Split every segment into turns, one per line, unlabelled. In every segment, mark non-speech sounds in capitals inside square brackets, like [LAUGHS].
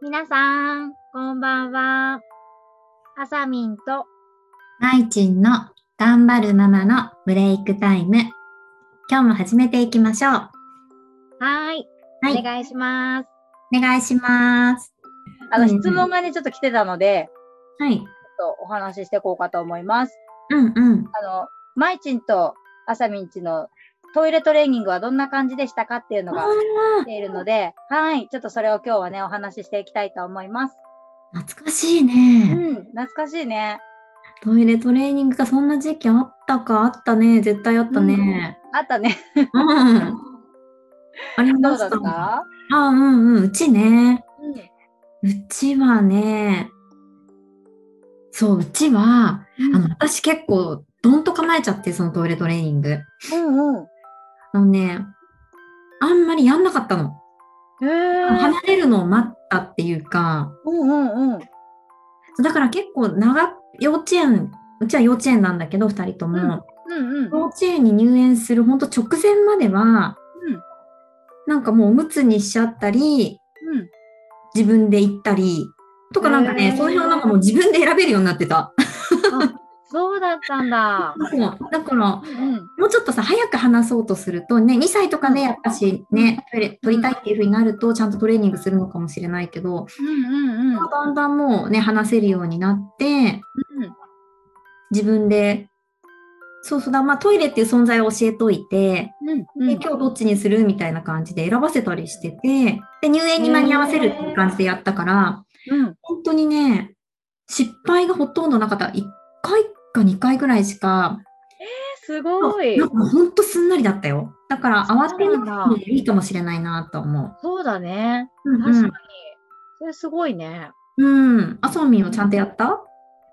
皆さん、こんばんは。あさみんと、
まいちんの頑張るママのブレイクタイム。今日も始めていきましょう。は
はい、お
い、
願いします。
お願いします。
あの、
うんうん
質問がね、ちょっと来てたので、
はい。
ちょっとお話ししていこうかと思います。
うんうん。
あの、まいちんとあさみんちのトイレトレーニングはどんな感じでしたかっていう [LAUGHS] のが来ているので、はい、ちょっとそれを今日はね、お話ししていきたいと思います。
懐かしいうね。
ん、懐かしいね。
トイレトレーニングがそんな時期あったかあったね。絶対あったね。
あったね。
うん。あり
[LAUGHS] ど
ま
うだ
し。
った
あ、
た
うんうん。うちね。
うん。
うちはね。そう、うちは、あの、私結構、どんと構えちゃって、そのトイレトレーニング。
うんうん。
あのね、あんまりやんなかったの。
へー
離れるのを待ったっていうか、
うんうんうん。
だから結構長、幼稚園、うちは幼稚園なんだけど、2人とも、
うんうん。
幼稚園に入園するほんと直前までは、
うん
なんかもうおむつにしちゃったり、
うん。
自分で行ったり、とかなんか
へ
ね、
ー
その辺はなんかもう自分で選べるようになって
[LAUGHS]
た。
そうだったんだ。
だから、
うん。
もうちょっとさ、早く話そうとするとね、2歳とかね、やっぱしね、トイレ取りたいっていう風になると、ちゃんとトレーニングするのかもしれないけど、
うんうんうん。
だんだんもうね、話せるようになって、自分で、そうそうだ、まあトイレっていう存在を教えといて、
うん
で
うん。
今日どっちにするみたいな感じで選ばせたりしてて、で、入園に間に合わせるっていう感じでやったから、
うん。
本当にね、失敗がほとんどなかった。1回か2回ぐらいしか、
すごい
な。んかほんとすんなりだったよ。だから慌て
そうな
なんく
だ
ていいかもしれないなと思う。
そうだね。
うん
確かに。それすごいね。
うん。うん。あそみんをちゃんとやった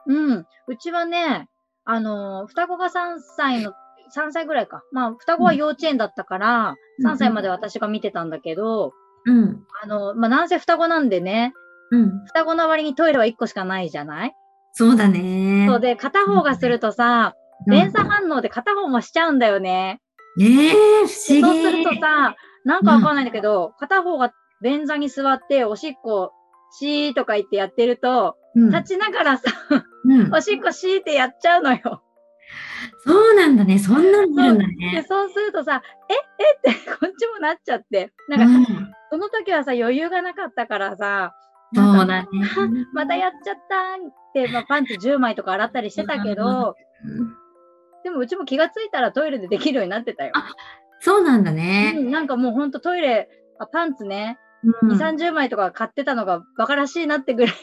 うん。うちはね、あの、双子が3歳の、3歳ぐらいか。まあ、双子は幼稚園だったから、
うん
3歳まで私が見てたんだけど、
うん。
あの、まあ、なんせ双子なんでね、
うん。
双子の割にトイレは1個しかないじゃない
そうだね。
そうで、片方がするとさ、
うん
連鎖反応で片方もしちゃうんだよね。
ねえ、不
で
思
そう
議。
するとさ、なんかわかんないんだけど、片方が便座に座って、おしっこ、しーとか言ってやってると、
うん
立ちなが
[LAUGHS]
らさ、
うん
おしっこしーってやっちゃうのよ。
そうなんだね。そんなんなるんだ
で、
ね。
そうするとさ、ええって、こっちもなっちゃって。な
う
んか、
ん
その時はさ、余裕がなかったからさ、
そ
な
うん
か
だね。
[LAUGHS] またやっちゃったんって、まあ、パンツ10枚とか洗ったりしてたけど、
うん
でもうちも気がついたらトイレでできるようになってたよ。
そうなんだね
う。ん、なんかもうほんとトイレ、あパンツね、
うん
2、30枚とか買ってたのがバカらしいなってぐらい。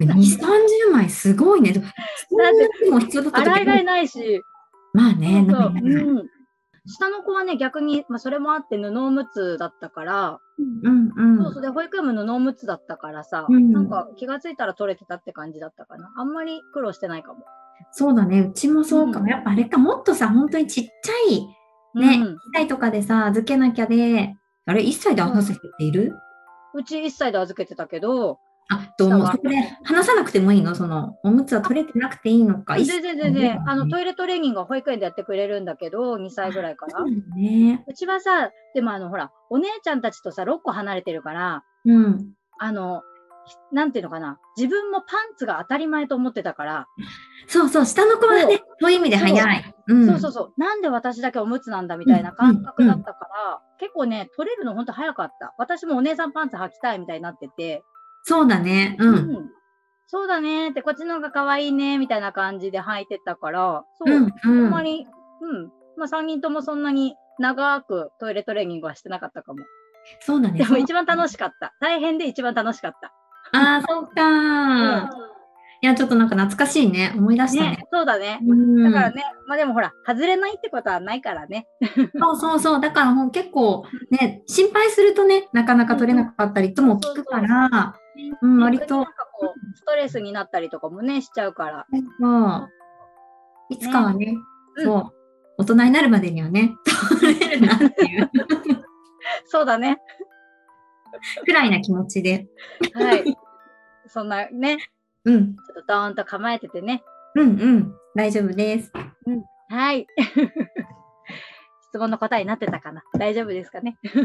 2、30枚すごいね。そんなにも必要だった
洗い替え
時
ないし、
まあ
そ
ね、
う
な
そ
ん
う
かね
うん、下の子はね、逆に、まあ、それもあって布おむつだったから、
うんうん
そうそうで保育園も布おむつだったからさ、
うん
なんか気がついたら取れてたって感じだったかな。あんまり苦労してないかも。
そうだね。うちもそうか
うん
も。やっぱあれか、もっとさ、本当にちっちゃい、ね、
う
1
ん
歳とかでさ、預けなきゃで、あれ、1歳で話す人っている
うち1歳で預けてたけど、
あ、と思う。
下は
そこで話さなくてもいいのその、おむつは取れてなくていいのか。
全然全然、あの
イ
トイレトレーニングは保育園でやってくれるんだけど、2歳ぐらいから。
ね。
うちはさ、でもあのほら、お姉ちゃんたちとさ、6個離れてるから、
うん。
あの、ひなんていうのかな、自分もパンツが当たり前と思ってたから、
そうそう、下の子はね、そういう意味で早い。うん
そうそうそう、なんで私だけおむつなんだみたいな感覚だったから、結構ね、取れるのほんと早かった。私もお姉さんパンツ履きたいみたいになってて、
そうだね。う。
うんそうだねって、こっちの方が可愛いねみたいな感じで履いてたから、そうう、
ん。
あ
うんん。
まり、うん、まあ3人ともそんなに長くトイレトレーニングはしてなかったかも。
そうだね。
でも一番楽しかった。大変で一番楽しかった。
ああ、そうか。いや、ちょっとなんか懐かしいね。思い出したね
ね。、そうだね。
うん
だからね、まあでもほら、外れないってことはないからね。
そうそうそう。だからもう結構ね、心配するとね、なかなか取れなかったりとも聞くから、うん、割
逆に
と
なん、かこう、ストレスになったりとかもね、しちゃう
[LAUGHS]
から。
そう。いつかはね、
うん
そう。大人になるまでにはね、 [LAUGHS] 取れるなっていう
そうだね。
くらいな気持ちで。
はい。
[LAUGHS]
そんなね、ち
うん。
ょっとドーンと構えててね。
うんうん。大丈夫です。
はい。 [LAUGHS] 質問の答えになってたかな大丈夫ですかね
立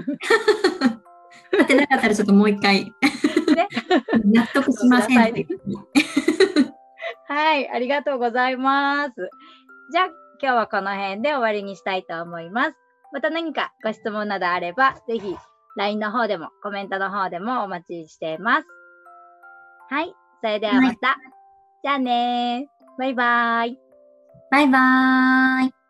ってなかったらちょっともう一回
ですね。
納得しませんって。
はい、ありがとうございます。じゃあ、今日はこの辺で終わりにしたいと思います。また何かご質問などあれば、ぜひ LINE の方でもコメントの方でもお待ちしています。はい、それではまた。じゃあねー。バイバーイ。
バイバーイ。